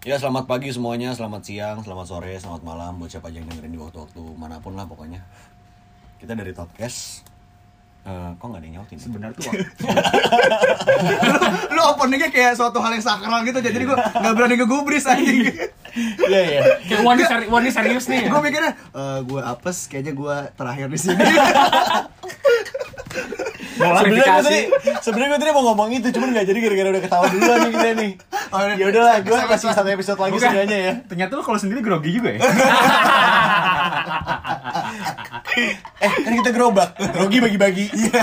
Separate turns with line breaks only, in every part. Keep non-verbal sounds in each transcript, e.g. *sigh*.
Ya selamat pagi semuanya, selamat siang, selamat sore, selamat malam buat siapa aja yang dengerin di waktu-waktu manapun lah pokoknya. Kita dari Podcast. Eh, kok nggak ada yang nyautin? ya?
sebenarnya tuh lu, lu openingnya kayak suatu hal yang sakral gitu jadi gue nggak berani ngegubris anjing
Iya iya.
Kayak Wani, seri, Wani serius nih ya?
gue mikirnya eh gue apes kayaknya gue terakhir di sini
Sebenarnya gue
klarifikasi.
tadi, sebenarnya gue tadi mau ngomong itu, cuman nggak jadi gara-gara udah ketawa duluan nih kita nih. Ya udahlah, gue kasih satu episode lagi
Bukan.
sebenarnya ya.
Ternyata lu kalau sendiri grogi juga ya.
*laughs* Eh, kan kita gerobak, grogi bagi-bagi. Iya.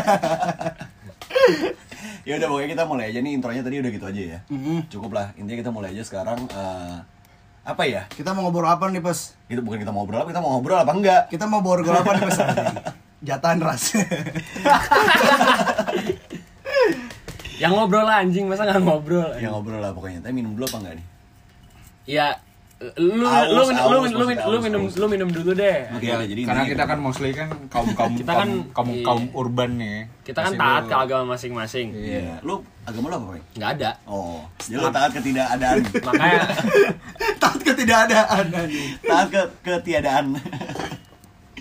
ya udah pokoknya kita mulai aja nih intronya tadi udah gitu aja ya. Cukup lah, intinya kita mulai aja sekarang eh, apa ya?
*laughs* kita mau ngobrol apa nih pes
Itu bukan kita mau ngobrol, apa, kita mau ngobrol apa enggak?
kita mau borgol apa nih pes anjing? jatahan ras *laughs*
Yang ngobrol lah anjing, masa nggak ngobrol?
Ya ngobrol lah pokoknya. Tapi minum dulu apa enggak nih?
Ya, lu
Aus,
lu min-
aus,
lu min- lu min-
maksudnya
lu
aus,
minum
aus.
lu minum dulu deh.
Oke, oke, jadi
Karena
intinya
kita kan mostly kan kaum kaum
*laughs* Kita
kaum,
kan-
kaum,
iya.
kaum urban nih.
Kita kan
Pasti
taat
lu-
ke agama masing-masing.
Iya. Lu agama lu apa, Pak?
Nggak ada.
Oh, jadi lu taat ketidakadaan.
Makanya
takut ketidakadaan anjing.
taat ke ketiadaan.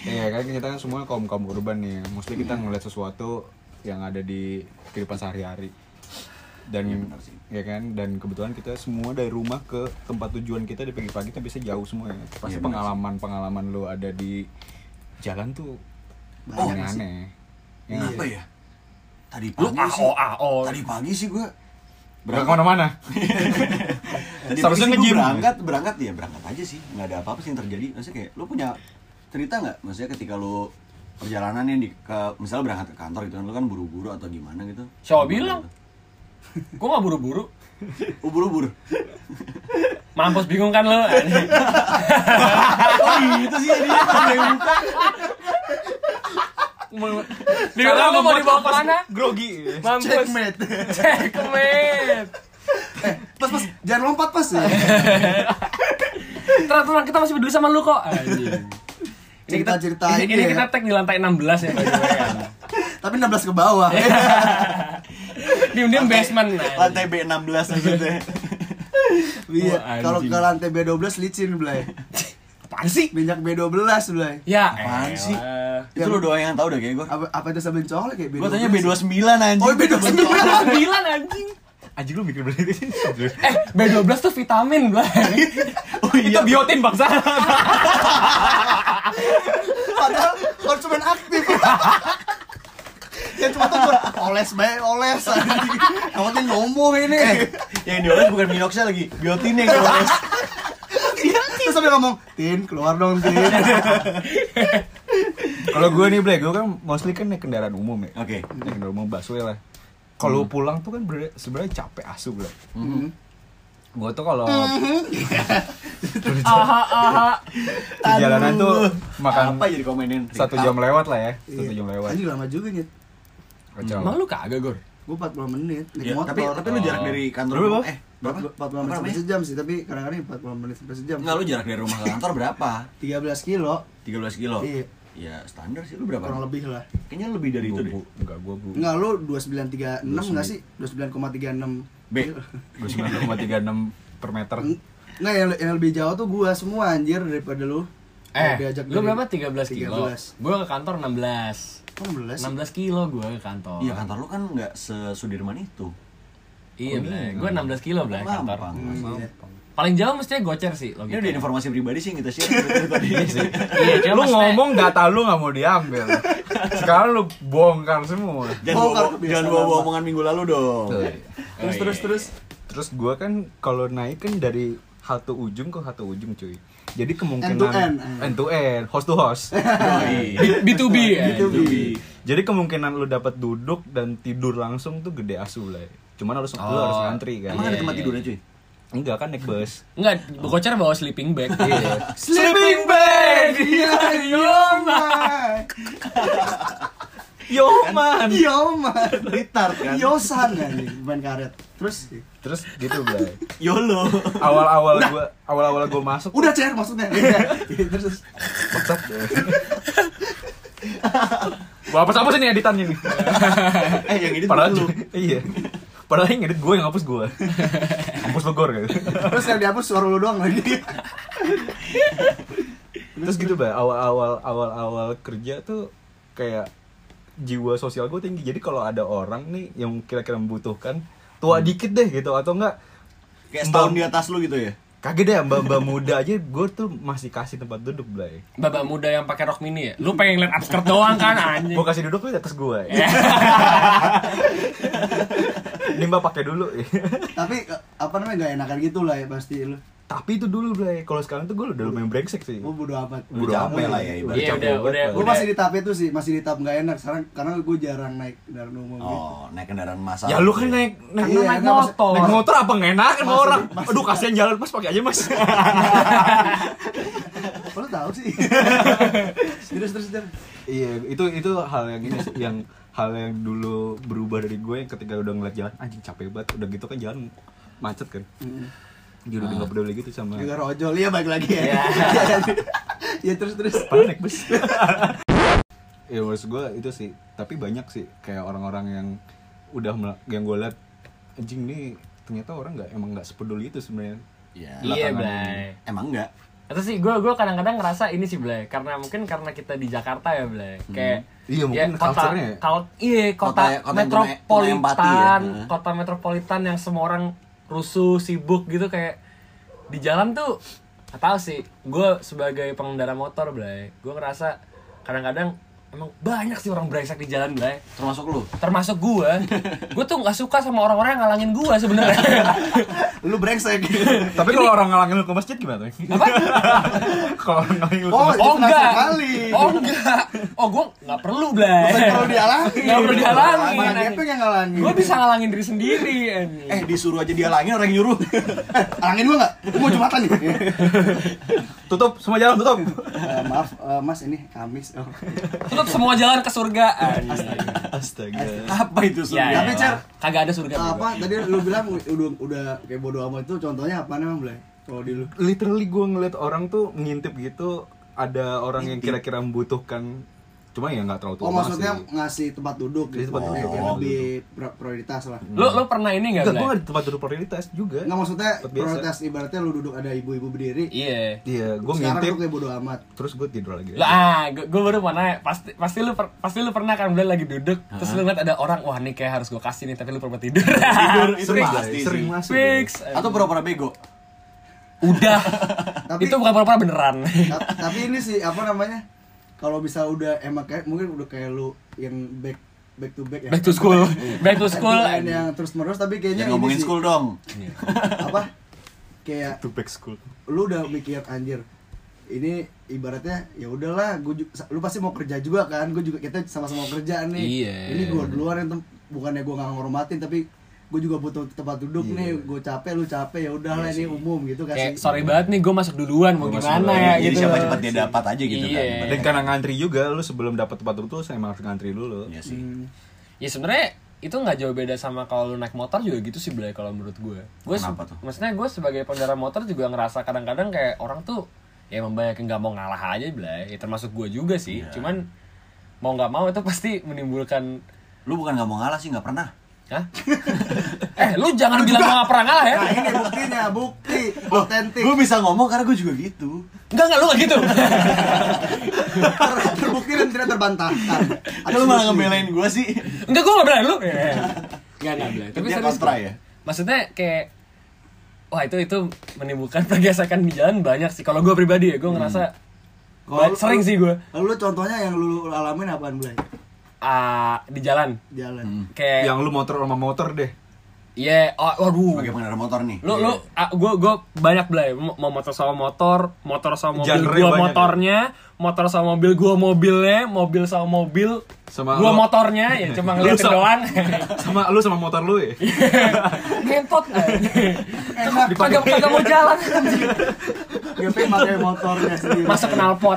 Iya kan kita kan semua kaum kaum urban nih. Mostly kita
Hmm.
ngeliat sesuatu yang ada di kehidupan sehari-hari.
Iya,
Dan ya,
benar sih.
kan dan kebetulan kita semua dari rumah ke tempat tujuan kita di pagi-pagi kita bisa jauh semua ya.
Iya, benar
Pasti pengalaman pengalaman lu ada di jalan tuh
Banyak
aneh-aneh. Ya,
Apa ya? Tadi
lu
pagi sih.
AO AO.
Tadi pagi sih gua
Gak kemana-mana. *laughs*
Tadi
Seharusnya
pagi sih
nge-gym.
gua berangkat, berangkat ya berangkat aja sih. Nggak ada apa-apa sih yang terjadi. Maksudnya kayak lu punya cerita nggak? Maksudnya ketika lu perjalanan yang di ke, misalnya berangkat ke kantor gitu kan lu kan buru-buru atau gimana gitu.
Siapa bilang? Gua nggak buru-buru.
Oh, buru-buru.
Mampus bingung kan *laughs* lu? anjing.
Oh, gitu sih jadinya. Ada yang buka.
Dia bilang lu mau dibawa ke mana?
Grogi.
Mampus.
Checkmate.
*laughs* Checkmate.
eh pas pas jangan lompat *laughs* pas ya
Ternyata kita masih peduli sama lu kok. Anjing. Ini kita
Cerita-cerita
ini,
ini
ini
ya.
kita tag di lantai 16 ya by the way, ya.
tapi 16 ke bawah
Diam-diam basement. anjing.
Lantai B16 aja deh.
Iya,
Wah,
kalau
anjing.
ke lantai B12 licin belai
Apaan sih?
minyak B12 belai
Ya,
Apaan
elah.
sih? Itu
Iya.
Yang-
lu doang yang tahu dah kayak gua.
apa, apa itu sabun colek ya B12
Gua tanya B29 anjing.
oh B12
B29 *laughs* anjing.
Anjing lu mikir berarti
*laughs*
sih.
Eh, B12 tuh vitamin, *laughs* Bang. Itu biotin, *laughs* bangsa.
padahal konsumen aktif ya cuma tuh gua, oles baik oles anjing. yang penting ngomong ini
Eh, yang dioles bukan minoxnya lagi, biotinnya yang dioles.
terus sambil ngomong tin keluar dong tin
Kalau gue nih Black, gue kan mostly kan naik kendaraan umum ya.
Oke.
Naik kendaraan umum busway lah. Kalau
Hmm.
pulang tuh kan bener- sebenarnya capek asu Black. Gue tuh kalau
Aha, aha.
perjalanan tuh makan
Apa jadi komenin?
satu jam lewat lah ya, satu jam lewat.
Iya. anjing lama juga nyet
Kacau.
Iya. Emang lu kagak, Gor?
gue 40 menit naik
Ya,
motor
tapi tapi lu jarak dari kantor
Berapa?
rumah- eh berapa?
40 menit sampai sejam sih tapi kadang-kadang 40 menit sampai sejam
Enggak lu jarak dari rumah ke kantor berapa?
13 kilo
13 kilo.
Iya.
Ya standar sih lu berapa?
kurang lebih lah
Kayaknya lebih dari itu
Gua
deh.
bu, enggak gue bu.
Enggak, lu 2936 enggak sih? 29,36
B.
Gue sembilan per meter.
Nah, yang, yang lebih jauh tuh gua semua anjir daripada lu
Eh,
Gua diajak
lu
dari-
berapa? 13 kilo.
13.
Gua ke kantor 16.
Kok 16 sih?
16 kilo gua ke kantor.
Iya kantor lu kan enggak sesudirman itu.
Iya, Blay. Gua 16 kilo, Blay,
Mampang.
kantor.
Iya.
Paling jauh mestinya gocer sih,
Ini udah
logika.
informasi pribadi sih yang kita share dari tadi.
Oh, gitu. Iya, cuma
lu
maksudnya-
ngomong data lu nggak mau diambil. Sekarang lu bongkar semua.
Jangan bawa,
Bongkar kebiasaan
jangan bawa,
lama.
omongan minggu lalu dong.
Oh,
Terus
iya,
terus
iya.
terus.
Terus gue kan kalau naik kan dari halte ujung ke halte ujung cuy. Jadi
End
kemungkinan
to end.
end to end, host to host.
*laughs* Yoi.
B- *laughs* B2B ya.
Yoi.
Jadi kemungkinan lu dapat duduk dan tidur langsung tuh gede asu lah. Cuman harus
Oh,
lu harus ngantri kan.
Emang ada tempat tidurnya cuy?
Enggak kan naik bus.
*laughs* Enggak, gocer bawa sleeping bag.
Iya.
Sleeping bag. Iya,
Nah,
Yo man.
Yoman.
Retard kan?
Iya, Yosan anjing, bukan karet. Terus
Terus gitu Blay.
YOLO. *laughs*
Awal-awal gua awal-awal gua masuk
udah cer *laughs* maksudnya. Iya. Terus, Terus
WhatsApp.
*laughs*
Gua apa apa sih nih editannya nih?
eh yang ini
Padahal
dulu.
*laughs* iya.
Padahal yang ngedit gue yang ngapus
*laughs*
gue.
Kampus lu gor gitu.
Terus yang dihapus suara lu doang lagi.
Terus gitu bah, awal-awal awal-awal kerja tuh kayak jiwa sosial gue tinggi. Jadi kalau ada orang nih yang kira-kira membutuhkan, tua
Hmm.
dikit deh gitu atau enggak
Kayak setahun di atas lu gitu ya?
kaget deh mbak-mbak muda aja gue tuh masih kasih tempat duduk Blay.
Babak muda yang pakai rok mini ya. Lu pengen lihat upskirt doang kan anjing.
Gue kasih duduk lu di atas
*laughs*
gue. Ini mbak pakai dulu. *laughs*
Tapi eh, apa namanya gak enakan gitu lah ya pasti lu.
Tapi itu dulu Blay. Kalau sekarang tuh gue udah lumayan brengsek sih.
Gua bodo amat.
Bodo
amat.
lah ya, ibarat.
Iya,
capek
udah,
banget,
udah,
Blay.
Gue masih di tahap itu sih, masih di tahap gak enak sekarang karena gue jarang naik kendaraan umum gitu.
Oh, naik kendaraan massal. gitu
Ya lu kan naik naik,
Iya,
naik
nggak, mas-
motor. Naik motor apa ngenakan sama orang? Aduh kasihan jalan mas pakai aja mas.
Kok lu tahu sih? terus terus terus.
*laughs* iya itu itu hal yang ini sih, yang hal yang dulu berubah dari gue yang ketika udah ngeliat jalan anjing capek banget udah gitu kan jalan macet kan. Jadi udah nggak peduli gitu sama.
Juga rojol ya balik lagi ya. *laughs* Ya terus terus.
Padahal naik *laughs* bus. ya maksud gue itu sih tapi banyak sih kayak orang-orang yang udah mel- yang gue liat anjing nih ternyata orang nggak emang nggak sepeduli itu sebenarnya
Iya.
Iya,
Belakangan.
Blay.
Emang enggak?
Atau sih gue gue kadang-kadang ngerasa ini sih Blay, karena mungkin karena kita di Jakarta ya Blay. Kayak
Iya, mungkin culture-nya ya.
kal- iya, kota,
Kota- kota yang penuh- penuh empati ya.
metropolitan,
Heeh.
kota metropolitan yang semua orang rusuh, sibuk gitu kayak di jalan tuh gak tau sih. Gue sebagai pengendara motor Blay, gue ngerasa kadang-kadang emang banyak sih orang brengsek di jalan Blay
Termasuk lu.
termasuk gue, gue tuh nggak suka sama orang-orang yang ngalangin gue
*laughs*
sebenarnya.
Lu brengsek.
tapi kalau orang ngalangin lu ke masjid gimana tuh?
Apa?
*laughs* kalau orang ngalangin lu ke
Oh,
masjid
itu
Oh
senang
enggak,
sekali.
oh enggak, oh gue nggak perlu Blay.
Nggak perlu dialangin.
Nggak perlu dialangin.
Malah gepeng yang ngalangin.
Gue bisa ngalangin diri sendiri. anjing.
Eh, disuruh aja dia langin orang yang
*laughs*
nyuruh.
Eh, alangin gua enggak? Gua mau jumatan nih.
tutup semua jalan
*laughs*
tutup
Eh, maaf, eh, Mas ini Kamis. Oh.
Tutup semua jalan ke
*laughs*
surga. anjing.
astaga
Apa itu
Ya,
surga?
Tapi,
ya,
Cer,
kagak ada surga. juga.
Eh, apa tadi lu bilang udah udah kayak bodo amat itu contohnya apa emang, Blay? Kalau di lu.
literally gue ngeliat orang tuh ngintip gitu ada orang yang kira-kira membutuhkan cuma ya nggak terlalu tua
Oh
banget
maksudnya
sih.
ngasih tempat duduk
Jadi
gitu.
tempat
Kayak-
duduk,
kayak
tempat
lebih pro- prioritas lah.
Lo lo pernah ini nggak
Enggak, gue
Blay?
di tempat duduk prioritas juga
Enggak maksudnya
Tempat biasa.
prioritas ibaratnya lu duduk ada ibu-ibu berdiri.
Iya.
iya gue
Sekarang
ngintip
tuh kayak bodo amat.
terus gue tidur lagi
Lah, ah, gue baru pernah pasti pasti lu per- pasti lu pernah kan Blay lagi duduk, terus lu ngeliat ada orang, wah nih kayak harus gue kasih nih, tapi lu pernah tidur. *laughs* tidur
itu
sering
pasti
Blay,
sih.
sering masuk
Fix.
Atau pura-pura bego?
Udah.
*laughs* Tapi-
itu bukan pura-pura beneran.
Ta- tapi ini sih apa namanya kalau bisa udah emang kayak mungkin udah kayak lu yang back back to back ya Eh,
Back to school. Back to school.
Bukan
Iya.
yang terus menerus tapi
Jangan
kayaknya Iya, ini
ngomongin
sih
school dong.
apa kayak
to back school
lu udah mikir anjir ini ibaratnya ya udahlah gua ju- lu pasti mau kerja juga kan gue juga kita sama-sama mau kerja nih
Iya.
ini gua duluan yang tem- bukannya gua nggak ngormatin tapi gue juga butuh tempat duduk nih gue capek lu capek ya udahlah ini umum gitu kan
Kayak
sih.
sorry banget nih gue masuk duluan mau gimana
Jadi
ya gitu.
siapa cepat dia dapat aja gitu
Iya.
kan.
dan karena ngantri juga lu sebelum dapat tempat duduk tuh saya emang harus ngantri dulu
Iya sih.
Ya sebenarnya itu nggak jauh beda sama kalau lu naik motor juga gitu sih Blay kalau menurut gue. Gue se-
Kenapa tuh?
maksudnya gue sebagai pengendara motor juga ngerasa kadang-kadang kayak orang tuh ya emang banyak yang nggak mau ngalah aja Blay. Ya, termasuk gue juga sih.
Iya.
Cuman mau nggak mau itu pasti menimbulkan
Lu bukan nggak mau ngalah sih, nggak pernah.
Hah? *laughs* eh, lu jangan bilang gua nggak pernah ngalah ya.
iya.
nah ini buktinya bukti otentik
Gue bisa ngomong karena gue juga gitu.
Enggak, enggak, lu nggak gitu.
*laughs*
Ter- terbukti dan tidak terbantahkan.
Ada lu
Iya,
malah ngebelain gue sih.
Enggak, gue nggak berani lu. Enggak, enggak berani. Iya, Tapi
Dia
serius.
kontra
gua.
ya?
Maksudnya kayak Wah itu itu menimbulkan *laughs* pergesekan di jalan banyak sih. Kalau gue pribadi ya, gue ngerasa
Hmm.
ba-
Kalau-
sering sih gue
Lalu lu contohnya yang lu alamin apaan Blay?
ah di jalan
Jalan.
kayak
yang lu motor sama motor
*laughs*
deh
ya oh, waduh.
Sebagai pengendara motor nih.
Lu lu
Iya,
ah, gue gue banyak belai mau mau motor sama motor, motor sama mobil
Genre
gua
banyak ya?
motornya, motor sama mobil gua mobilnya, mobil sama mobil
Sama
gua
lu-
motornya ya
*laughs*
cuma
Lu
ngeliatin
sama-
doang. *laughs*
sama lu sama motor lu
Iya.
ya
Ngentot. Enak kagak kagak mau jalan.
GP pakai motornya sendiri.
Masuk knalpot.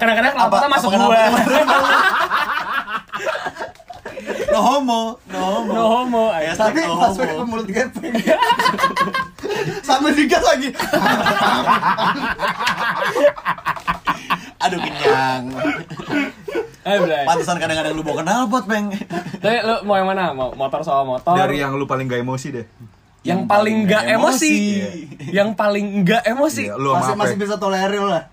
Kadang-kadang knalpotnya
Apa-
masuk
apa
gua.
*laughs* No homo, no homo.
No homo. ay.
Tapi
Oh,
pas
oh.
gue ke mulut gepeng Sambil digas
*laughs*
lagi
Aduh kenyang.
Eh, Blay.
Pantesan kadang-kadang lu bawa kenal buat peng.
Tapi lu mau yang mana? Mau motor soal motor?
Dari yang lu paling gak emosi deh.
yang paling nggak
Yang
emosi.
emosi.
Yang paling nggak emosi.
Iya, lu
masih
sama
masih
apa?
bisa tolerir lah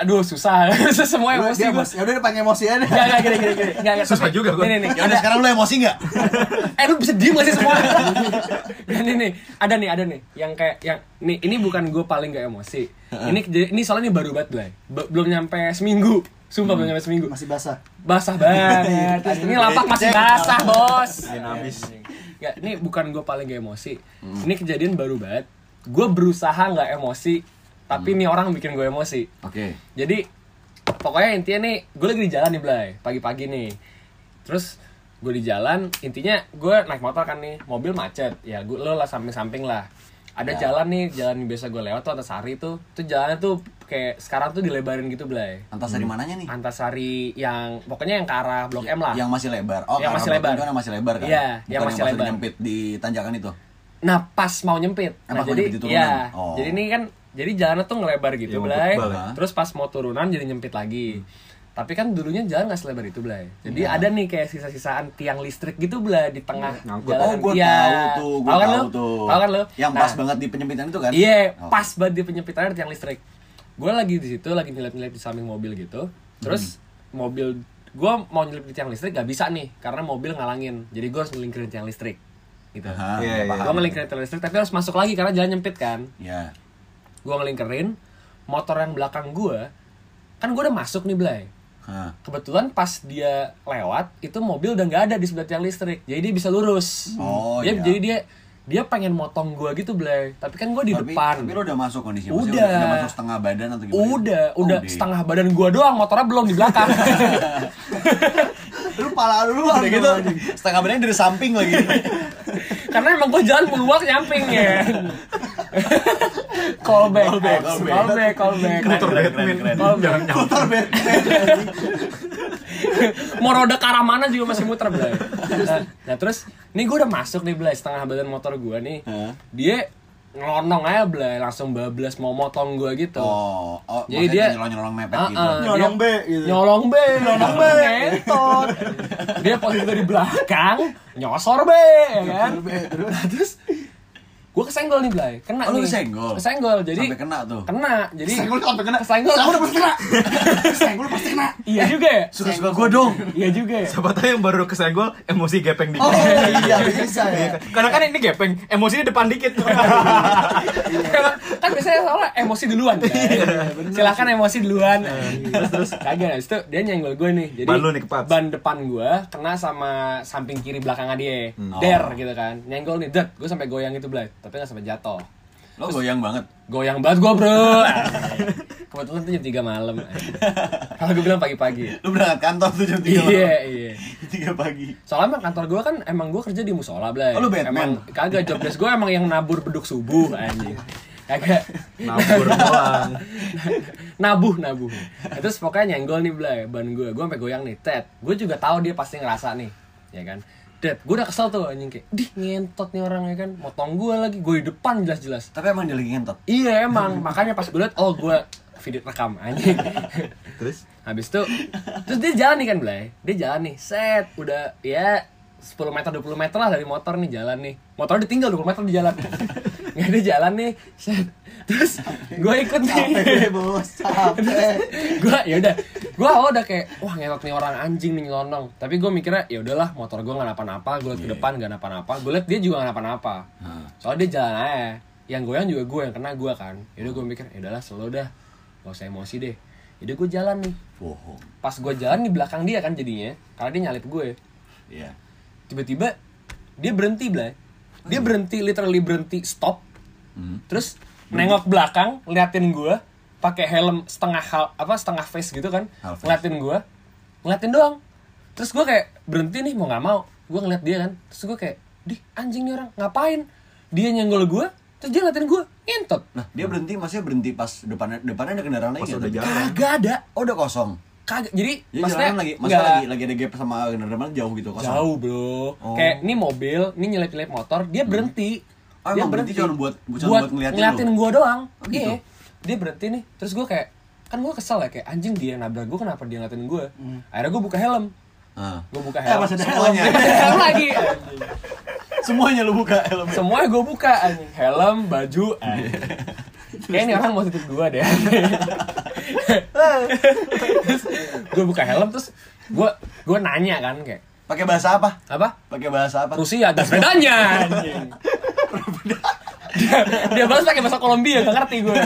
Eh, aduh, susah. *laughs* Semua
Lu-
emosi
dia
gue.
mas ya udah dia pakai emosi aja
Enggak, enggak, gini, gini, gini. Enggak, enggak.
Susah
tapi-
juga gua.
Nih, nih, nih.
Ya udah
Ada-
sekarang lu emosi nggak?
eh lu bisa diem gak sih semua? *laughs* Dan ini ada nih ada nih yang kayak yang nih ini bukan gue paling gak emosi. Ini kej- ini soalnya ini baru banget Blay. Be- belum nyampe seminggu. Sumpah belum nyampe seminggu.
masih basah
Basah banget. ini lapak masih
Cek.
basah, Bos.
Main habis.
Nggak, ini bukan gue paling gak emosi. Ini kejadian baru banget. Gue berusaha nggak emosi, tapi nih orang bikin gue emosi.
Oke.
Jadi pokoknya intinya nih gue lagi di jalan nih Blay, pagi-pagi nih. Terus gue di jalan, intinya gue naik motor kan nih, mobil macet. Ya gue lo lah samping-samping lah. Ada jalan nih, jalan yang biasa gue lewat tuh Antasari tuh. Tuh jalannya tuh kayak sekarang tuh dilebarin gitu Blay.
Antas
Hmm.
dari mananya nih?
Antasari yang pokoknya yang ke arah Blok M lah.
Iya, Yang masih lebar. Oh,
Ah. Yang
karena
masih
Blok M
lebar.
kan Yang masih lebar kan?
Iya,
Bukan
yang masih lebar.
nyempit di tanjakan itu.
Nah pas mau nyempit.
Eh, pas
Nah
mau
jadi
nyempit di turunan.
ya,
Oh.
jadi ini kan jadi jalannya tuh ngelebar gitu
Iya,
Blay.
ngebebal
ya.
Terus pas mau turunan jadi nyempit lagi.
Hmm.
Tapi kan dulunya jalan nggak selebar itu Blay. Jadi
Iya.
ada nih kayak sisa-sisaan tiang listrik gitu Blay di tengah
Ngangkut.
jalan.
oh, gue
Iya.
tahu tuh, gue
kan
tahu,
lu?
tuh.
Tahu kan lu?
Yang
Nah,
pas banget di penyempitan itu kan?
Iya,
Oh.
pas banget di penyempitannya ada tiang listrik. Gue lagi di situ lagi nyelip-nyelip di samping mobil gitu. Terus
Hmm.
mobil gue mau nyelip di tiang listrik gak bisa nih karena mobil ngalangin. Jadi gue harus nyelingkirin tiang listrik. Gitu.
Aha,
Iya, iya.
paham.
Gue ngelingkirin tiang listrik tapi harus masuk lagi karena jalan nyempit kan
Iya.
gue ngelingkerin motor yang belakang gue kan gue udah masuk nih Blay
Hah.
kebetulan pas dia lewat itu mobil udah nggak ada di sebelah tiang listrik jadi dia bisa lurus
Oh,
Dia-
iya.
jadi dia dia pengen motong gue gitu Blay tapi kan gue di
tapi,
depan
Tapi lo udah masuk kondisinya?
Udah.
Maksudnya Udah masuk setengah badan atau gimana?
udah
Oh,
udah setengah badan gue doang motornya belum di belakang
*laughs*
lu pala lu
Udah
aduh,
gitu,
anjing.
setengah badan dari samping
*laughs*
lagi.
karena emang gue jalan meluak nyamping
*laughs*
ya callback
Callback, callback.
callback callback
Keren, keren, keren, keren. *laughs*
callback
motor Batman
mau roda ke arah mana juga masih muter
*laughs*
Blay nah, nah, terus nih gue udah masuk nih Blay setengah badan motor gue nih
Hah?
dia ngelonong aja Blay langsung bablas mau motong gue gitu
Oh, oh maksudnya
Jadi dia-
nyolong-nyolong mepet
Ah,
gitu.
ah, dia-
Nyolong be, gitu.
Nyolong B, nyolong B, ngentot. Dia posisi dari belakang, nyosor B, ya kan?
Nyosor B, terus?
Nah, terus gue kesenggol nih Blay, kena
Oh, lu
nih.
kesenggol?
Kesenggol, jadi
Sampai kena tuh?
Kena, jadi
senggol sampai kena
Kesenggol.
senggol udah pasti
*laughs*
kena senggol pasti kena
Iya juga ya?
Suka-suka gue dong.
Iya juga ya?
Siapa tahu yang baru kesenggol emosi gepeng dikit.
oh iya bisa ya
Karena kan ini gepeng, emosinya depan dikit.
kan biasanya soalnya emosi duluan kan? silahkan emosi duluan terus terus kagak habis itu dia nyenggol gue nih jadi
Ban lu nih kepat.
ban depan gue kena sama samping kiri belakangnya dia
Hmm.
der
Oh.
gitu kan nyenggol nih det gue sampai goyang gitu belai tapi nggak sampai jatuh
Lo goyang banget.
goyang banget gue bro kebetulan tuh jam 3 malam kalau gue bilang pagi-pagi
Lo berangkat kantor tuh jam 3
iya iya
*laughs* Tiga pagi.
Soalnya emang kantor gue kan emang gue kerja di musola Blay.
Oh, lu Batman?
Emang kagak job desk gue emang yang nabur beduk subuh anjing. Kagak
Nabur doang.
*laughs* nabuh nabuh. Ya, Terus pokoknya nyenggol nih Blay ban gue. Gue sampai goyang nih, Ted. Gue juga tahu dia pasti ngerasa nih, ya kan? Ted, gue udah kesel tuh anjing kayak, dih ngentot nih orang ya kan, motong gue lagi, gue di depan jelas-jelas.
Tapi emang dia lagi ngentot.
Iya emang, makanya pas gue liat, oh gue video rekam anjing. *laughs*
Terus
Habis itu terus dia jalan nih kan, Blay. Dia jalan nih, set, udah ya 10 meter 20 meter lah dari motor nih jalan nih. Motor ditinggal 20 meter di jalan. *laughs* Nggak ada jalan nih, set. Terus gue ikut nih.
capek Eh, bos capek
*laughs* gue ya udah gue udah kayak wah ngelot nih orang anjing nih nyelonong tapi gue mikirnya ya udahlah motor gue nggak napa-napa gue liat ke depan nggak napa-napa gue liat dia juga nggak napa-napa soalnya dia jalan aja yang goyang juga gue yang kena gue kan ya udah gue mikir ya udahlah slow dah gak usah emosi deh jadi gue jalan nih
Bohong.
pas gue jalan di belakang dia kan jadinya karena dia nyalip gue
Iya.
tiba-tiba dia berhenti Blay dia
Hmm.
berhenti literally berhenti stop terus nengok belakang liatin gue pakai helm setengah hal apa setengah face gitu kan
Half face.
ngeliatin gue ngeliatin doang terus gue kayak berhenti nih mau nggak mau gue ngeliat dia kan terus gue kayak dih anjing nih orang ngapain dia nyenggol gue terus dia ngeliatin gue ngentot
Nah, dia berhenti, maksudnya berhenti pas depannya depannya ada kendaraan lain
Pas
nggak?
udah jalan.
kagak ada
Oh, udah kosong.
kagak jadi,
Jadi
maksudnya
jalanan lagi,
nggak-
maksudnya lagi, lagi ada gap sama kendaraan lain jauh gitu kosong.
jauh bro
Oh. Hmm.
kayak ini mobil ini nyelip nyelip motor dia berhenti
Ah,
dia
emang berhenti cuma buat- cuma buat ngeliatin lu?
ngeliatin gue doang
gitu?
iya dia berhenti nih terus gue kayak kan gue kesel ya kayak anjing dia yang nabrak gue kenapa dia ngeliatin gue akhirnya gue buka helm
Ah.
gue
Hmm.
buka
Eh,
helm
masih ada
semuanya
helm.
*laughs* helm lagi
*laughs* Semuanya lu buka helmnya.
semuanya gue buka anjing helm
*laughs*
baju anjing. kayak ini orang mau titip gue deh terus gue buka helm terus gue gue nanya kan kayak
Pakai bahasa apa?
apa
Pakai bahasa apa?
Rusia ada sepedanya anjing. dia, dia balas pakai bahasa Kolombia gak ngerti gue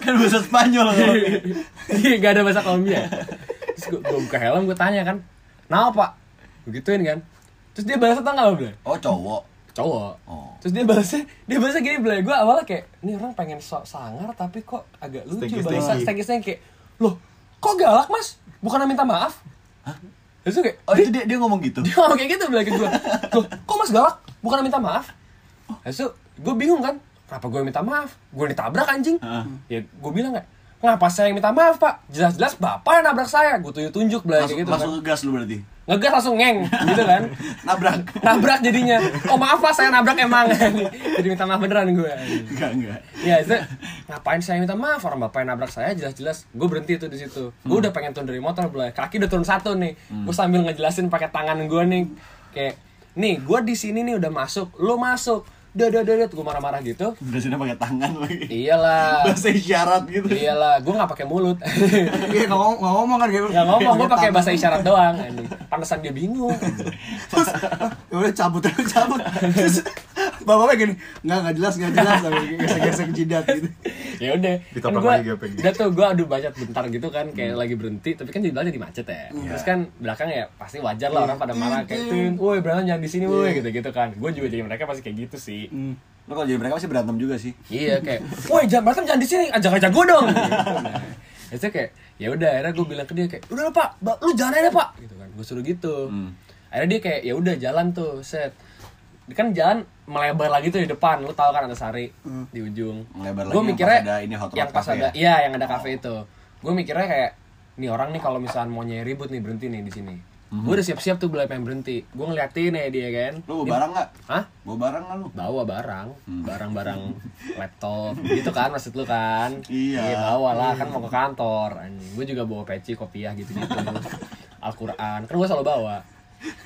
kan bahasa Spanyol.
Iya, gak ada bahasa Kolombia. Terus gue, buka helm, gue tanya kan, nah pak? Begituin kan. Terus dia balasnya tau gak lo, Blay?
*laughs* oh, cowok.
Cowok.
Oh.
Terus dia balasnya, dia balasnya gini, Blay. Gue awalnya kayak, ini orang pengen sok sangar tapi kok agak lucu.
Stengki-stengki.
Balasnya stengkisnya kayak, loh kok galak mas? Bukannya minta maaf? Terus gue kayak,
Oh, itu dia dia ngomong gitu.
*laughs* dia ngomong kayak gitu bilang ke gue Loh, kok mas galak? Bukan minta maaf Terus gue bingung kan Kenapa gue minta maaf? Gue ditabrak anjing
Heeh.
Ya gue bilang gak Kenapa saya yang minta maaf pak? Jelas-jelas bapak yang nabrak saya Gue tunjuk-tunjuk bilang
Masuk,
kayak gitu
masuk
kan
ke gas lu berarti.
Ngegas langsung ngeng gitu kan *laughs*
Nabrak.
Nabrak jadinya Oh maaf pak saya nabrak emang *laughs* Jadi minta maaf beneran gue
Enggak, enggak.
Ya itu ngapain saya minta maaf orang bapak yang nabrak saya jelas-jelas gue berhenti tuh di situ. Gue udah pengen turun dari motor belai. Kaki udah turun satu nih. Gue sambil ngejelasin pakai tangan gue nih kayak nih gue di sini nih udah masuk, lo masuk. Dadah dadah gue marah-marah gitu.
Udah sini pakai tangan
Iya.
lagi.
Iyalah.
Bahasa isyarat gitu.
Iyalah, gue nggak pakai mulut. *laughs*
Iya, nggak ngomong, nggak ngomong kan kayak
Nggak ngomong, gue pakai bahasa isyarat doang. anjing. Pantesan dia bingung.
Terus, ah, ya udah cabut, terus cabut. Terus, bapaknya gini, nggak nggak jelas, nggak jelas, sampai gesek-gesek jidat gitu.
ya udah kan
Ditopang
gua
lagi gapeng.
udah tuh gue aduh macet bentar gitu kan kayak lagi berhenti tapi kan jadinya jadi macet ya terus kan belakang ya pasti wajar lah orang pada marah kayak tin woi berantem jangan di sini woi gitu gitu kan gue juga jadi mereka pasti kayak gitu sih
Lu kalau jadi mereka pasti berantem juga sih.
iya kayak woi jangan berantem jangan di sini ajak ajak gue *laughs* dong gitu. Nah, terus kayak ya udah akhirnya gue bilang ke dia kayak udah lah, pak Ba- lu jangan aja pak gitu kan gue suruh gitu
Hmm.
akhirnya dia kayak ya udah jalan tuh set Dia kan jalan melebar lagi tuh di depan lu tahu kan ada sari di ujung
Melebar lagi
Gua
yang
mikirnya
pas ada ini hot
yang
rod
pas
cafe
ada
ya?
iya yang ada kafe itu gue mikirnya kayak nih orang nih kalau misalnya mau nyari ribut nih berhenti nih di sini gue udah siap-siap tuh mulai pengen berhenti gue ngeliatin ya dia kan
Hmm. Lu bawa barang enggak?
Hah?
Bawa barang enggak lu?
bawa barang
Hmm.
barang-barang *laughs* laptop gitu kan maksud lu kan
Iya. Hmm.
bawa lah kan mau ke kantor anjing gue juga bawa peci kopiah
*laughs*
gitu gitu Al-Quran kan gue selalu bawa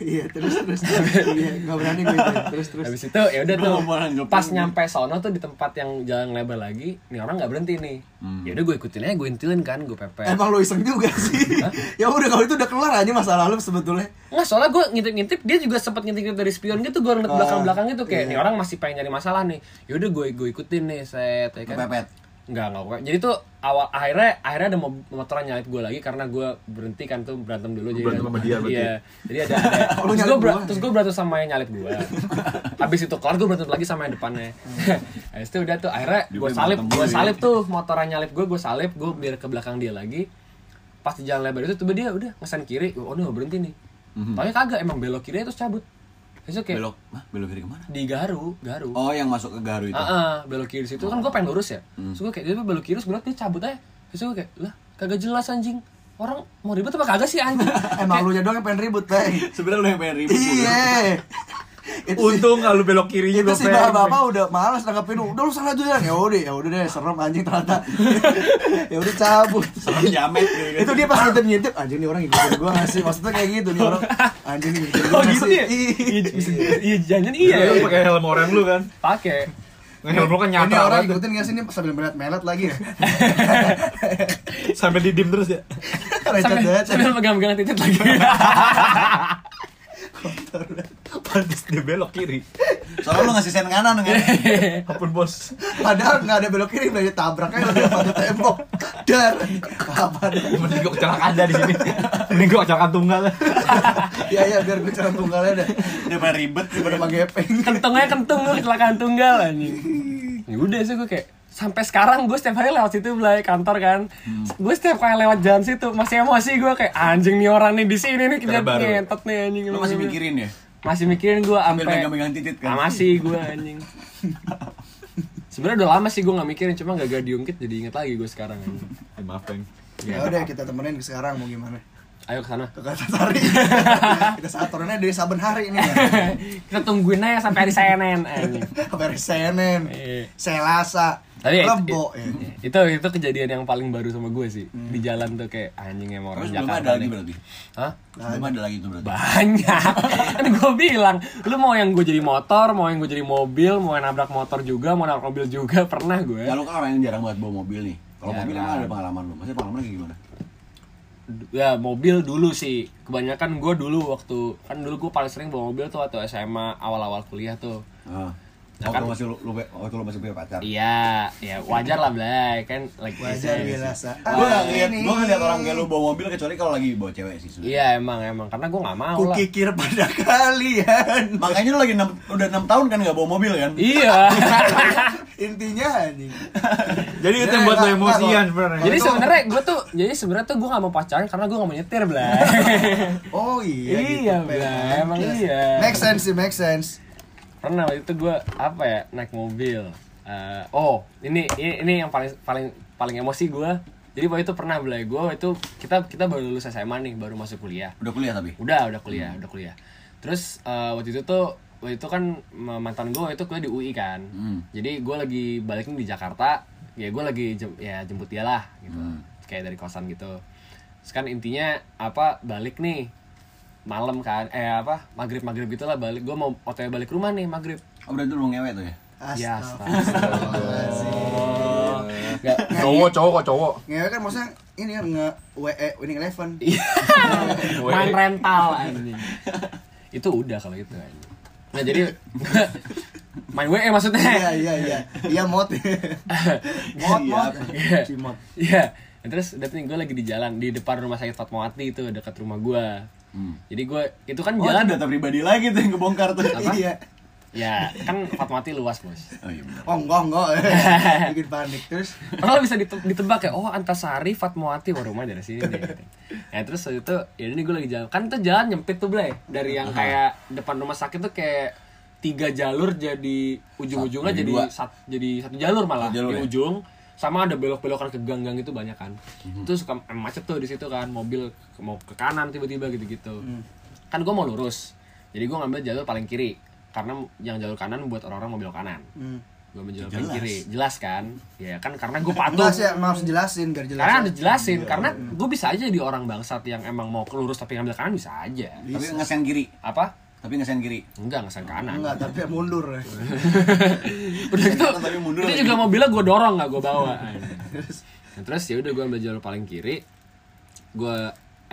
Iya, terus terus. Iya, nggak berani gue itu. Terus terus.
habis itu ya udah tuh
Bawa barang ke
pas
pinggir.
nyampe sono tuh di tempat yang jalan lebar lagi nih orang nggak berhenti nih
Hmm.
ya udah gue ikutin aja gue intilin kan gue pepet
Emang lo iseng juga sih. ya udah kalau itu udah kelar aja masalah lo sebetulnya.
Nggak, soalnya gue ngintip-ngintip, dia juga sempat ngintip-ngintip dari spion gitu,
Oh,
gue ngeliat belakang-belakang gitu kayak
iya.
nih orang masih pengen nyari masalah nih. Ya Yaudah gue gue ikutin nih, set ya kan.
Kepepet.
Nggak, nggak gue. Jadi tuh awal akhirnya akhirnya ada mo- motoran nyalip gue lagi karena gue berhenti kan tuh berantem dulu jadi
Berantem sama dia berarti.
Iya. Jadi ada, ada.
Lu
terus
nyalip
gue ber-
gua.
terus gue berantem sama yang nyalip gue. Habis itu kelar gue berantem lagi sama yang depannya. *laughs* Habis itu udah tuh akhirnya gue
Juga
salip,
berantem
gue
dulu ya.
salip tuh motoran nyalip gue, gue salip, gue biar ke belakang dia lagi. Pas di jalan lebar itu tiba dia udah ngesan kiri, oh no berhenti nih. Taunya kagak emang belok kiri terus cabut. Terus kayak
Belok, Hah? belok kiri kemana?
di Garu, Garu.
Oh, yang masuk ke Garu itu.
Ah, ah, belok kiri situ kan gue pengen lurus ya. Terus gue kayak dia belok kiri, terus gue liat dia cabut aja. Terus gue kayak lah kagak jelas anjing. Orang mau ribet apa kagak sih anjing?
Emang lu nya doang yang pengen ribut, Bang.
Sebenarnya lu yang pengen ribut.
Iya. *laughs* Itu sih-
Untung kalau belok kirinya
itu
gue
sih bapak bapak udah malas nanggepin udah lu salah jalan ya udah ya udah deh serem anjing ternyata ya udah cabut
Serem jamet gitu kan.
itu dia pas ngintip ngintip anjing nih orang ngikutin gua nggak sih maksudnya kayak gitu nih orang anjing nih ngikutin gua
Oh
nggak
gitu
sih?
ya?
Ih,
Iya, bisa- Iya, jangan iya.
Iya, lu pakai helm orang lu kan.
Pakai.
Helm lu kan
ini
nyata
orang
banget.
ngikutin nggak sih ini sambil melihat melet lagi ya
sampai didim terus ya.
*laughs* recet
Sambil
banget
sambil megang-megang titik lagi. *laughs*
Pantes dia belok kiri.
Soalnya lu ngasih sen kanan kan.
Iya.
Ampun bos.
padahal nggak ada belok kiri belok tabraknya udah pada tembok dar apa
Mending gua kecelakaan dah di sini. Mending gua kecelakaan tunggal.
ya ya biar gue cara tunggalnya deh
Dia pengen ribet
daripada
daripada
pakai peng
Kentungnya kentung lu kecelakaan tunggal anjing. Ya udah sih gue kayak sampai sekarang gue setiap hari lewat situ belai kantor kan gue setiap kali lewat jalan situ masih emosi gue kayak anjing nih orang nih di sini nih kita
Karena baru.
ngentot nih anjing
lu masih mikirin ya.
masih mikirin gue
Ambil
Iya. sampai
megang-megang titit
Ah,
kan.
masih gue
*laughs*
anjing sebenarnya udah lama sih gue nggak mikirin cuma gak diungkit jadi inget lagi gue sekarang anjing.
Eh, maaf, Peng.
ya udah kita temenin ke sekarang mau gimana
ayo
*laughs*
kesana
ke Kartasari
*laughs*
kita saat turunnya dari saben hari ini ya.
kita tungguin aja sampai hari CNN anjing
Sampai hari Senin
Iya.
Selasa
Tapi ya, itu,
Lebo, ya.
itu itu kejadian yang paling baru sama gue sih di jalan tuh kayak anjing
Hmm. Terus
emang orang
belum
Jakarta
ada lagi
nih.
berarti.
Hah?
Belum ada lagi itu berarti.
banyak *laughs* kan gue bilang lu mau yang gue jadi motor mau yang gue jadi mobil mau yang nabrak motor juga mau nabrak mobil juga pernah gue
Ya lu kan orang yang jarang banget bawa mobil nih. Kalau mobil
Jarang.
emang ada pengalaman lu. Maksudnya pengalaman kayak gimana?
D- ya mobil dulu sih kebanyakan gue dulu waktu kan dulu gue paling sering bawa mobil tuh waktu SMA awal-awal kuliah tuh
Heeh.
Nah,
waktu
kan-
lu masih lu, lu- waktu lu masih punya pacar.
iya ya wajar lah Blay kan lagi
Wajar Ah,
SM.
biasa.
Gue gak ngeliat, gue ngeliat orang kayak lu bawa mobil kecuali kalau lagi bawa cewek sih sebenernya.
iya emang emang karena gue nggak mau lah
Kukikir pada *laughs* kalian.
Makanya lu lagi enam udah 6 tahun kan gak bawa mobil kan?
iya *laughs*
Intinya anjing.
Jadi itu yang buat lo emosian sebenarnya.
jadi sebenarnya gue tuh jadi sebenarnya tuh gue nggak mau pacaran karena gue nggak mau nyetir Blay *laughs*
Oh iya
Iya,
gitu.
Bla,
Pen.
emang
Yes.
iya.
Make sense sih, make sense.
pernah waktu itu gue apa ya naik mobil Eh, oh ini, ini ini yang paling paling paling emosi gue jadi waktu itu pernah beli gue itu kita kita baru lulus SMA nih baru masuk kuliah
Udah kuliah tapi.
udah udah kuliah
Hmm.
udah kuliah terus eh, waktu itu tuh waktu itu kan ma- mantan gue itu kuliah di UI kan
Hmm.
jadi gue lagi balikin di Jakarta ya gue lagi jem- ya jemput dia lah gitu
Hmm.
kayak dari kosan gitu terus kan intinya apa balik nih malam kan eh apa maghrib maghrib gitulah balik gue mau otw balik rumah nih maghrib
Oh, berarti lu mau ngewe tuh ya?
Ya,
Astagfirullahaladzim. Oh.
Nggak,
cowok cowok kok cowok.
Ngewe kan maksudnya ini kan nge WE Winning Eleven.
Iya. main rental anjing. itu udah kalau itu anjing. nah jadi *laughs* main WE maksudnya
Iya iya iya. Iya
*laughs*
mot. Mot mot.
Iya.
Cimot.
Iya. Nah, terus udah nih gue lagi di jalan di depan rumah sakit Fatmawati itu dekat rumah gue. Jadi gue itu kan
Oh,
jalan
itu data pribadi lagi tuh yang kebongkar tuh.
Iya.
ya kan Fatmawati luas bos.
Oh iya benar.
Oh enggak enggak. Bikin panik terus.
Kalau bisa dite- ditebak ya, oh Antasari Fatmawati wah rumah dari sini deh. gitu. Nah terus waktu itu ya ini gue lagi jalan kan tuh jalan nyempit tuh Blay dari yang kayak depan rumah sakit tuh kayak tiga jalur jadi ujung-ujungnya
Satu,
jadi
dua.
sat- jadi satu jalur malah
Satu jalur
di
ya?
ujung sama ada belok-belokan ke gang-gang itu banyak kan
Mhm.
itu suka em, macet tuh di situ kan mobil ke- mau ke kanan tiba-tiba gitu-gitu kan gue mau lurus jadi gue ngambil jalur paling kiri karena yang jalur kanan buat orang-orang mau belok kanan
Hmm.
gue ambil jalur paling
Jelas.
kiri jelas kan ya kan karena gue patuh
Enggak sih, emang harus jelasin biar jelas.
karena harus jelasin karena gue bisa aja jadi orang bangsat yang emang mau kelurus tapi ngambil kanan bisa aja
Tapi ngesen kiri.
apa
Tapi ngesen kiri.
enggak ngesan kanan
Enggak, tapi mundur. eh.
udah gitu
Tapi mundur
itu
lagi.
juga mobilnya gue dorong nggak gue
*laughs*
bawa Nah, terus ya udah gue ambil jalur paling kiri gue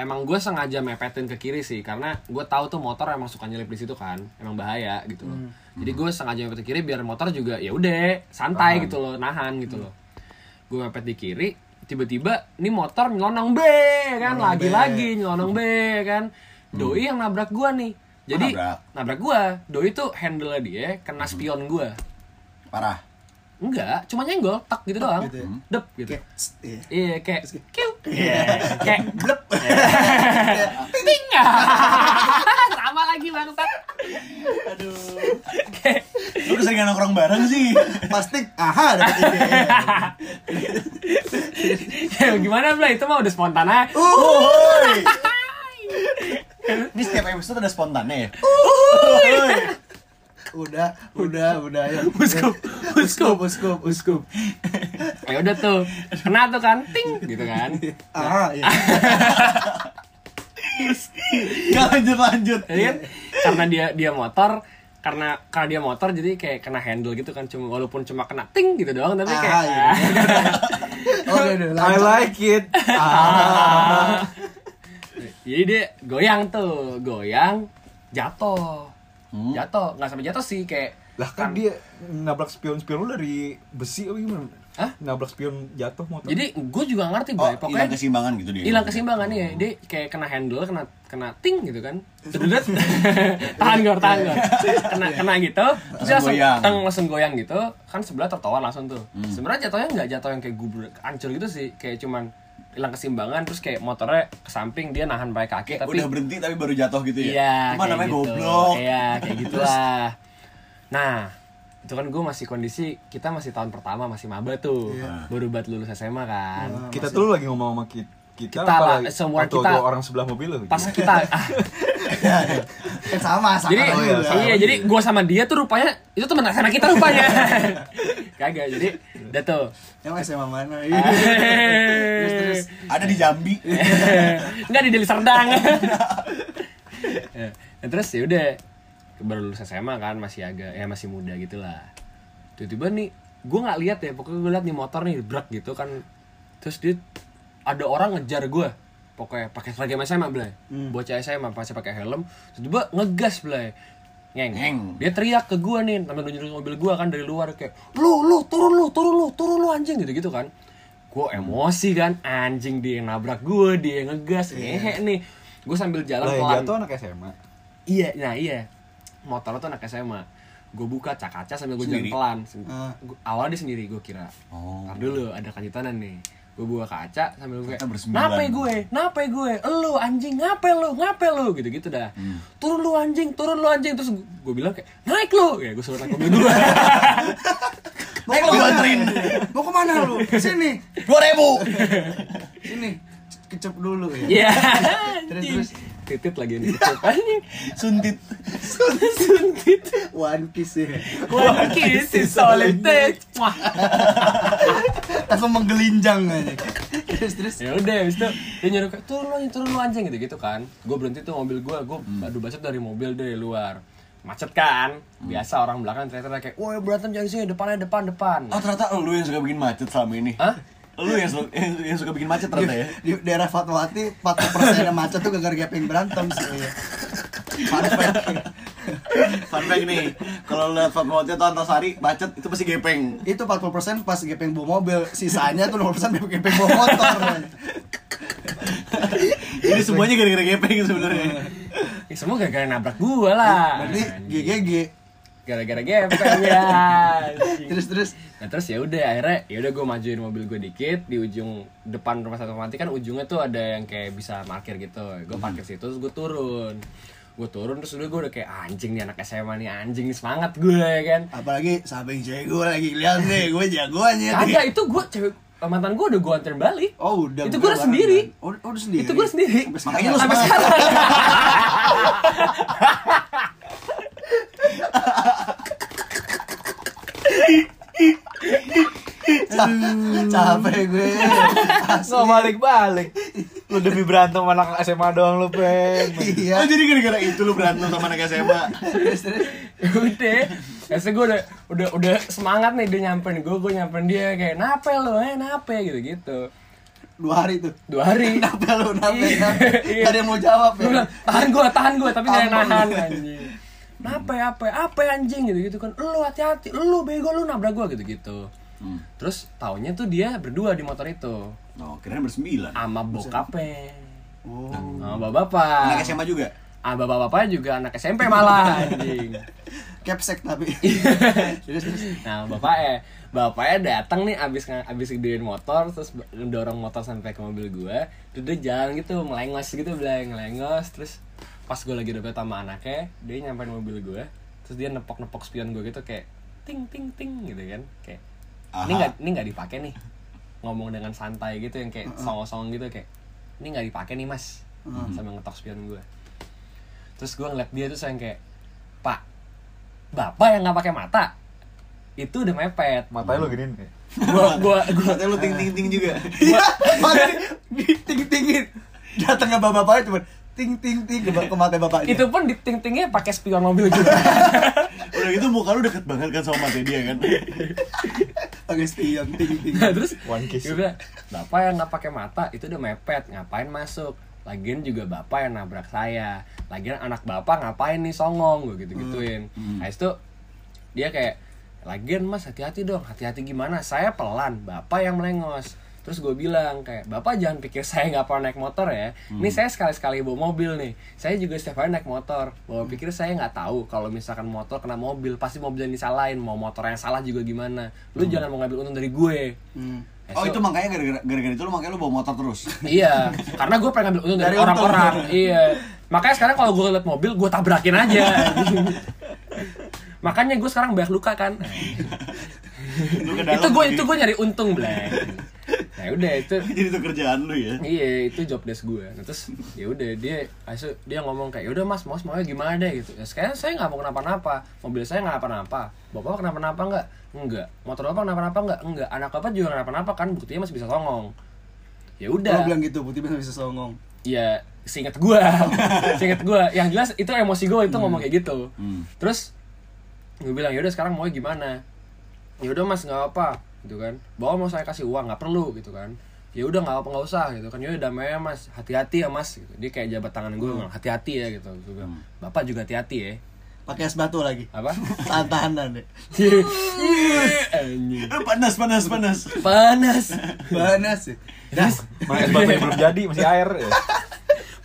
emang gue sengaja mepetin ke kiri sih karena gue tahu tuh motor emang suka nyelip di situ kan emang bahaya gitu
Hmm.
loh jadi gue sengaja mepet ke kiri biar motor juga ya udah santai gitu loh nahan gitu
Hmm.
loh gue mepet di kiri tiba-tiba ini motor nyelonong B kan lagi-lagi nyelonong B kan doi yang nabrak gue nih jadi
Hmm. Nabrak. Hmm.
nabrak gue doi tuh handle dia kena spion gue
Parah.
Enggak, cuma nyenggol, tak gitu doang.
gitu ya?
Dep gitu.
Kayak, tss, Iya.
Iya, kayak kiu. Iya, *laughs* kayak
Blep.
*laughs* ting. Sama lagi bangsat. Aduh. Kayak
Lu keseringan nongkrong bareng sih.
Pasti aha iya. dapat ide.
ya, *laughs* gimana Bla? Itu mah udah spontan aja.
Uhuy. Ini setiap episode ada spontannya ya. Uhuy.
Udah, udah, udah ya.
Uskup, uskup.
uskup, uskup.
Ya udah tuh. Kena tuh kan, ting *laughs* gitu kan.
Aha, iya.
Nggak, lanjut lanjut.
Jadi kan karena dia dia motor karena karena dia motor jadi kayak kena handle gitu kan cuma walaupun cuma kena ting gitu doang tapi kayak
Aha, iya. Oke,
*laughs*
udah,
I
lanjut.
like it.
*laughs* Jadi dia goyang tuh, goyang, jatuh, jatuh, nggak sampai jatuh sih kayak
Lah kan dia nabrak spion-spion lu dari besi apa gimana?
Hah?
Nabrak spion jatuh motor.
Jadi gue juga nggak ngerti,
Oh,
Bray.
hilang
pokoknya
kesimbangan gitu dia.
hilang kesimbangan ya. Dia kayak kena handle, kena kena ting gitu kan. Terdedet. *laughs* tahan gor, tahan
*laughs*
gor. Kena kena gitu. Terus dia langsung
Iya. goyang. Hmm.
teng, langsung goyang gitu. Kan sebelah tertawan langsung tuh. Sebenarnya jatuhnya nggak jatuh yang kayak gubur hancur gitu sih, kayak cuman hilang kesimbangan terus kayak motornya ke samping dia nahan pakai kaki
Kayak
tapi
udah berhenti tapi baru jatuh gitu ya.
Iya,
Cuma
kayak
namanya
gitu.
goblok.
Iya,
*laughs*
kayak gitulah. Nah, itu kan gue masih kondisi kita masih tahun pertama masih maba tuh,
Iya.
baru banget lulus SMA kan.
kita tuh lu lagi ngomong sama kita, kita,
Kita
apa
lah,
lagi-
semua
atau
kita.
dua orang sebelah mobil lu.
Pas kita, *laughs* ah, iya,
Kan sama, sama.
jadi
Oh,
*laughs* iya, jadi gue sama dia tuh rupanya itu teman SMA kita rupanya. Kagak, jadi Udah tuh.
Emang SMA mana? Iya.
Terus terus.
Ada di Jambi.
Enggak di Deli Serdang. *laughs* Ya, nah, terus ya udah baru lulus SMA kan masih agak ya masih muda gitu lah. Tiba-tiba nih gue nggak lihat ya pokoknya gue liat nih motor nih berat gitu kan terus dia ada orang ngejar gue pokoknya pakai seragam SMA belai bocah SMA masih pakai helm tiba-tiba ngegas belai ngeng.
Ngeng.
dia teriak ke gue nih sambil nunjuk mobil gue kan dari luar kayak lu lu turun lu turun lu turun lu anjing gitu gitu kan gue emosi kan anjing dia yang nabrak gue dia yang ngegas ngehe nih gue sambil jalan
*laughs* Iya. Lah yang
pelan
jatuh anak SMA.
Iya, nah iya. Motor lo tuh anak SMA. Gue buka cak kaca sambil gue jalan
Sendiri?
pelan. Sen-
Ah.
gua- awalnya dia sendiri gue kira.
Oh.
Ntar dulu ada kelanjutan nih. Gue buka kaca sambil gue
Ternyata bersembilan.
Ngapain gue? Ngapain gue? Elu anjing, ngapain lu? Ngapain lu? Gitu-gitu dah. Turun lu anjing, turun lu anjing. Terus gue bilang kayak, "Naik lu." Ya gue suruh naik mobil dua.
Mau
Gua
kemana?
anterin.
Mau kemana lu? Sini,
Dua ribu.
sini. Kecep dulu ya.
Iya.
Terus,
anjing.
terus.
Titit lagi nih, titit anjing.
Suntit.
Suntit.
One kiss ya.
One kiss is all it takes. gitu, Wah.
Langsung menggelinjang aja. Terus terus.
ya udah habis itu dia nyuruh kayak, turun lu turun lu anjing gitu gitu kan gue berhenti tuh mobil gue gue aduh bacot dari mobil dari luar macet kan biasa orang belakang ternyata kayak woi berantem jangan di sini depannya depan depan
Oh ternyata lu yang suka bikin macet selama ini.
Hah?
Lu yang, su- yang, yang suka bikin macet ternyata
*laughs*
ya.
Di daerah Fatmawati 40% yang macet tuh gara-gara gaping berantem sih. Iya. Fun fact.
Fun fact nih, kalau lu lihat Fatmawati atau Antasari macet itu pasti gepeng.
Itu 40% pas gepeng bawa mobil, sisanya tuh 60% gepeng bawa motor.
Jadi semuanya gara-gara gepeng sebenarnya.
ya, semua gara-gara nabrak gue lah
Berarti GGG.
gara-gara gepeng ya anjing.
Terus terus.
Nah terus ya udah akhirnya ya udah gue majuin mobil gue dikit di ujung depan rumah sakit mati kan ujungnya tuh ada yang kayak bisa parkir gitu. Gue parkir situ terus gue turun. Gue turun terus udah gue udah kayak anjing nih anak SMA nih anjing nih semangat gue ya kan.
Apalagi samping cewek gue lagi lihat nih, gue jagoannya. nih.
Kagak itu gue cewek mantan gue udah gue anterin balik.
Iya, Oh udah.
Itu gue udah sendiri. *laughs*
Oh, oh, udah sendiri.
Itu gue sendiri.
Sampai sekarang
Makanya lu
sampai
semangat.
*laughs* sekarang. Capek gue.
Nggak balik-balik. Lu demi berantem sama anak SMA doang lu, Peng.
Iya.
Oh, jadi gara-gara itu lu berantem sama anak SMA.
Terus terus.
udah biasa gue udah udah udah semangat nih dia nyamperin gue gue nyamperin dia kayak nape lo eh nape gitu gitu
Dua hari tuh.
dua
*laughs*
hari
Kenapa lu kenapa?
Iya,
kenapa?
iya.
Gak ada yang mau jawab
Gua
ya.
bilang, tahan gue, tahan gue, tapi gak ada yang
Tampang.
nahan anjing. Apa ya, apa ya, apa ya, anjing gitu-gitu kan. Lu hati-hati, lu bego, lu nabrak gue gitu-gitu.
Hmm.
Terus taunya tuh dia berdua di motor itu.
Oh, keren bersembilan.
Sama bokapnya.
Oh.
Sama bapak-bapak.
Anak SMA juga.
Sama Ah, bapak-bapaknya juga anak SMP malah anjing.
Capsek tapi. terus terus.
nah bapaknya bapaknya datang nih abis nge- abis gedein motor terus ba- dorong motor sampai ke mobil gua terus dia jalan gitu melengos gitu bilang melengos terus pas gua lagi dapet sama anaknya dia nyampein mobil gua terus dia nepok nepok spion gua gitu kayak ting ting ting gitu kan kayak ini
Aha.
nggak ini nggak dipakai nih ngomong dengan santai gitu yang kayak song-song gitu kayak ini nggak dipakai nih mas sambil ngetok spion gua terus gua ngeliat dia tuh yang kayak pak bapak yang nggak pakai mata itu udah mepet
Matanya lu eh. giniin kayak.
gua gua gua
Katanya lu ting-ting-ting juga.
*laughs* Iya, makanya diting-tingin. Datang ke bapak-bapaknya cuma ting-ting-ting ke ke mata bapaknya.
itu pun diting-tingnya pakai spion mobil juga *laughs*
Udah gitu muka lu deket banget kan sama mata dia kan.
Ya,
pakai spion ting-ting.
Nah, terus
One kiss.
gue bilang, bapak yang nggak pakai mata itu udah mepet ngapain masuk lagian juga bapak yang nabrak saya lagian anak bapak ngapain nih songong gue gitu gituin
Hmm,
nah itu dia kayak lagian mas hati-hati dong hati-hati gimana saya pelan bapak yang melengos terus gue bilang kayak bapak jangan pikir *laughs* saya nggak pernah naik motor ya
Hmm.
ini saya sekali-sekali bawa mobil nih saya juga setiap hari naik motor
Hmm.
bawa pikir saya nggak tahu kalau misalkan motor kena mobil pasti mobil yang disalahin mau motor yang salah juga gimana lu
Hmm.
jangan mau ngambil untung dari gue
Hmm.
Eh,
Oh itu
so-
makanya gara-gara gara-gara itu lu makanya lu bawa motor terus.
*laughs* Iya, karena gue pengen ngambil untung dari
Dari untung.
orang-orang. Iya, makanya sekarang kalau gue liat mobil, gue tabrakin aja. makanya gue sekarang banyak luka kan.
Lu ke dalam
itu gue
lagi.
itu gue nyari untung blank. Nah ya udah itu
*laughs* Jadi itu kerjaan lu ya.
iya itu job desk gue nah, terus ya udah dia asu dia ngomong kayak "Ya udah mas mas mau gimana deh gitu ya, sekarang saya nggak mau kenapa-napa mobil saya nggak kenapa-napa bapak kenapa-napa nggak enggak motor bapak kenapa-napa nggak enggak anak bapak juga kenapa-napa kan buktinya masih bisa songong ya
Lo
udah
bilang gitu, putih bisa bisa songong.
ya seingat
*laughs*
gua seingat gua yang jelas itu emosi gua itu ngomong kayak gitu
Hmm.
terus gue bilang yaudah sekarang mau gimana yaudah mas nggak apa gitu kan bawa mau saya kasih uang nggak perlu gitu kan ya udah nggak apa nggak usah gitu kan yaudah damai ya mas hati-hati ya mas gitu. dia kayak jabat tangan gue
Hmm.
bilang hati-hati ya gitu gue bilang bapak juga hati-hati ya
Pakai es batu lagi. *laughs*
apa *laughs*
Tahan tahanan deh.
Anjing.
Eh, Panas, panas, panas.
panas
Panas sih. Das.
Mana es batunya belum jadi, masih air. Ya.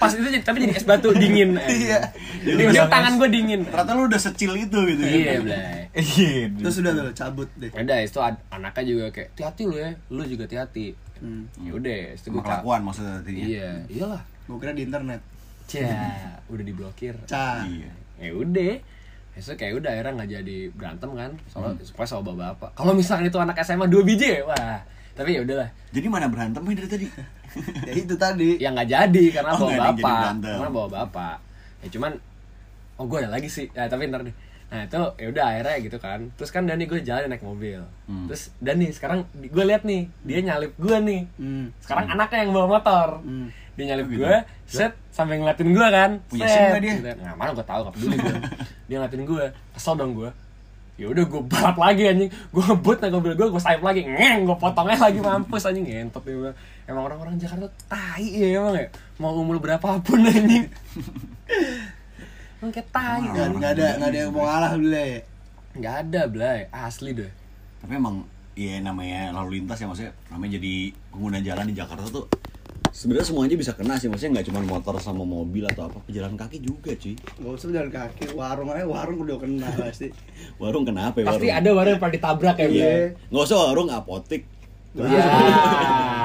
pas itu jadi- tapi jadi es batu dingin anjing.
*laughs* Iya.
jadi ujung tangan gue dingin
Ternyata lu udah secil itu gitu. kan?
iya blay
Iya.
Terus udah lo cabut deh.
udah itu ad- anaknya juga kayak hati-hati lu ya lu juga hati-hati
Hmm.
ya udah itu
Sama
gue
kelakuan maksudnya ya? tadinya.
iya iyalah
Gue kira di internet.
Cah, udah diblokir.
Cah.
Iya.
Ya udah. Besok kayak udah akhirnya nggak jadi berantem kan. Soalnya supaya sama bapak-bapak. Kalau misalkan itu anak SMA 2 biji, wah. Tapi ya udahlah.
Jadi mana berantemnya dari tadi? *laughs*
Ya itu tadi.
Ya nggak jadi karena
Oh,
bawa
nggak ada yang jadi
bapak.
berantem.
Karena bawa bapak. Ya cuman oh gue ada lagi sih. Nah, tapi ntar deh. Nah itu ya udah akhirnya gitu kan. Terus kan Dani gue jalan naik mobil.
Hmm.
Terus Dani sekarang gue lihat nih dia nyalip gue nih.
Hmm.
Sekarang anaknya yang bawa motor.
Hmm.
Dia nyalip
Gitu.
gue, set sambil ngeliatin gue kan.
Punya
set,
SIM nggak dia?
gitu. Nah, mana gue tahu gak peduli gue. dia ngeliatin gue, kesel dong gue. Ya udah gue balap lagi anjing. Gue ngebut nah mobil gue, gue sayap lagi. Ngeng, gue potongnya lagi mampus anjing ngentot dia bilang. Emang orang-orang Jakarta tai ya emang ya. Mau umur berapapun anjing. Emang kayak tai.
Emang
Nggak nggak ada nggak ada yang mau ngalah dulu ya.
Gak ada blay, asli deh.
Tapi emang ya namanya lalu lintas ya maksudnya namanya jadi pengguna jalan di Jakarta tuh sebenarnya semuanya bisa kena sih maksudnya nggak cuma motor sama mobil atau apa pejalan kaki juga cuy
Gak usah jalan kaki, warung aja warung udah kena pasti.
warung kenapa ya warung
Pasti ada orang yang pernah ditabrak
iya
ya, blay.
nggak usah warung apotek
Ya.